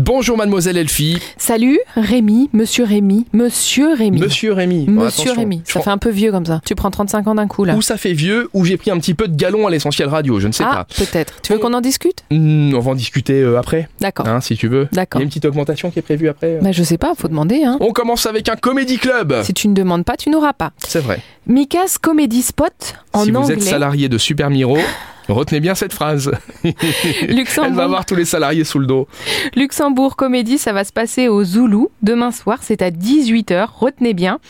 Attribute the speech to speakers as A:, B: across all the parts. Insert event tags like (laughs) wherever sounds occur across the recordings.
A: Bonjour mademoiselle Elfie.
B: Salut, Rémi, monsieur Rémi, monsieur Rémi.
A: Monsieur Rémi. Bon,
B: Monsieur
A: attention.
B: Rémi,
A: Je
B: ça
A: prends-
B: fait un peu vieux comme ça. Tu prends 35 ans d'un coup là.
A: Ou ça fait vieux, ou j'ai pris un petit peu de galon à l'essentiel radio, je ne sais
B: ah,
A: pas. Oh.
B: peut-être. Tu veux
A: On-
B: qu'on en discute
A: Hmm, on va en discuter euh, après,
B: D'accord.
A: hein, si tu veux. Il y
B: D'accord.
A: a une petite augmentation qui est Euh. prévue après. euh.
B: Bah, je sais pas, faut demander. Hein.
A: On commence avec un comédie club.
B: Si tu ne demandes pas, tu n'auras pas.
A: C'est vrai.
B: Mika's Comedy Spot en
A: si vous
B: anglais.
A: êtes salarié de Super Miro, retenez bien cette phrase. Elle va
B: Luxembourg,
A: avoir tous les salariés sous le dos.
B: Luxembourg Comédie, ça va se passer au Zoulou demain soir, c'est à 18h. Retenez bien,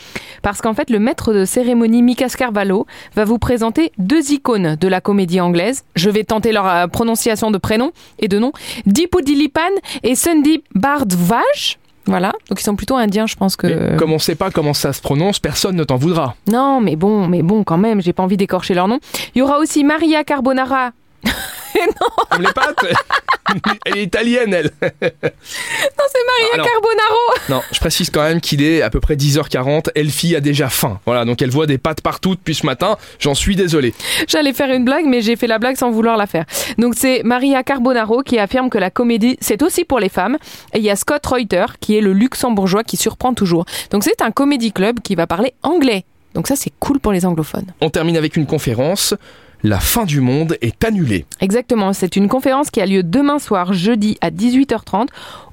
B: parce qu'en fait, le maître de cérémonie Mika Scarvalho va vous présenter deux icônes de la comédie anglaise. Je vais tenter leur euh, prononciation de prénom et de nom Dipudilipan et Sundip Bardvaj. Voilà, donc ils sont plutôt indiens, je pense que.
A: Mais comme on ne sait pas comment ça se prononce, personne ne t'en voudra.
B: Non, mais bon, mais bon, quand même, j'ai pas envie d'écorcher leur nom. Il y aura aussi Maria Carbonara.
A: Comme les pâtes (laughs) Elle est italienne, elle.
B: Non, c'est Maria
A: Alors-
B: Carbonaro.
A: Non, je précise quand même qu'il est à peu près 10h40. Elfie a déjà faim. Voilà, donc elle voit des pâtes partout depuis ce matin. J'en suis désolé.
B: J'allais faire une blague, mais j'ai fait la blague sans vouloir la faire. Donc c'est Maria Carbonaro qui affirme que la comédie, c'est aussi pour les femmes. Et il y a Scott Reuter, qui est le luxembourgeois qui surprend toujours. Donc c'est un comédie club qui va parler anglais. Donc ça, c'est cool pour les anglophones.
A: On termine avec une conférence. La fin du monde est annulée.
B: Exactement, c'est une conférence qui a lieu demain soir, jeudi à 18h30,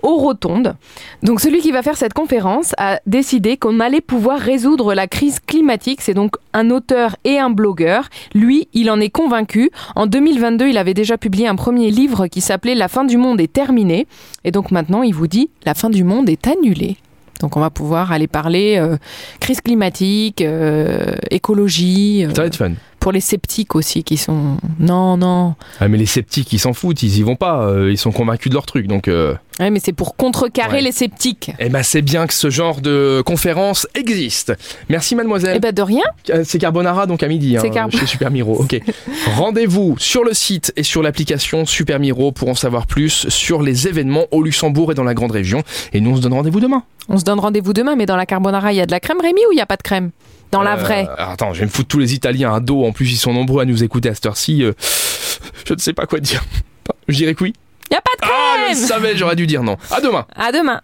B: aux Rotondes. Donc celui qui va faire cette conférence a décidé qu'on allait pouvoir résoudre la crise climatique. C'est donc un auteur et un blogueur. Lui, il en est convaincu. En 2022, il avait déjà publié un premier livre qui s'appelait La fin du monde est terminée. Et donc maintenant, il vous dit La fin du monde est annulée. Donc on va pouvoir aller parler euh, crise climatique, euh, écologie, euh,
A: Ça va être fun.
B: pour les sceptiques aussi qui sont... Non, non.
A: Ah, mais les sceptiques, ils s'en foutent. Ils y vont pas. Euh, Ils sont convaincus de leur truc. Donc, euh,
B: Ouais, mais c'est pour contrecarrer
A: Ouais.
B: les sceptiques.
A: eh ben, c'est bien que ce genre de conférence existe. Merci, mademoiselle.
B: Eh ben de rien.
A: Euh, C'est Carbonara donc à midi hein,
B: C'est Carbo-
A: chez Super Miro.
B: (laughs)
A: Ok. Rendez-vous sur le site et sur l'application Super Miro pour en savoir plus sur les événements au Luxembourg et dans la grande région. Et nous on se donne rendez-vous demain.
B: On se donne rendez-vous demain, mais dans la carbonara, il y a de la crème Rémi ou il n'y a pas de crème Dans la
A: Euh,
B: vraie.
A: attends, je vais me foutre tous les Italiens à dos. En plus ils sont nombreux à nous écouter à cette heure-ci. Euh, je ne sais pas quoi dire. Je dirais que oui.
B: Il n'y a pas de
A: Ah, je le
B: crème
A: savais, j'aurais dû dire non. À demain.
B: À demain.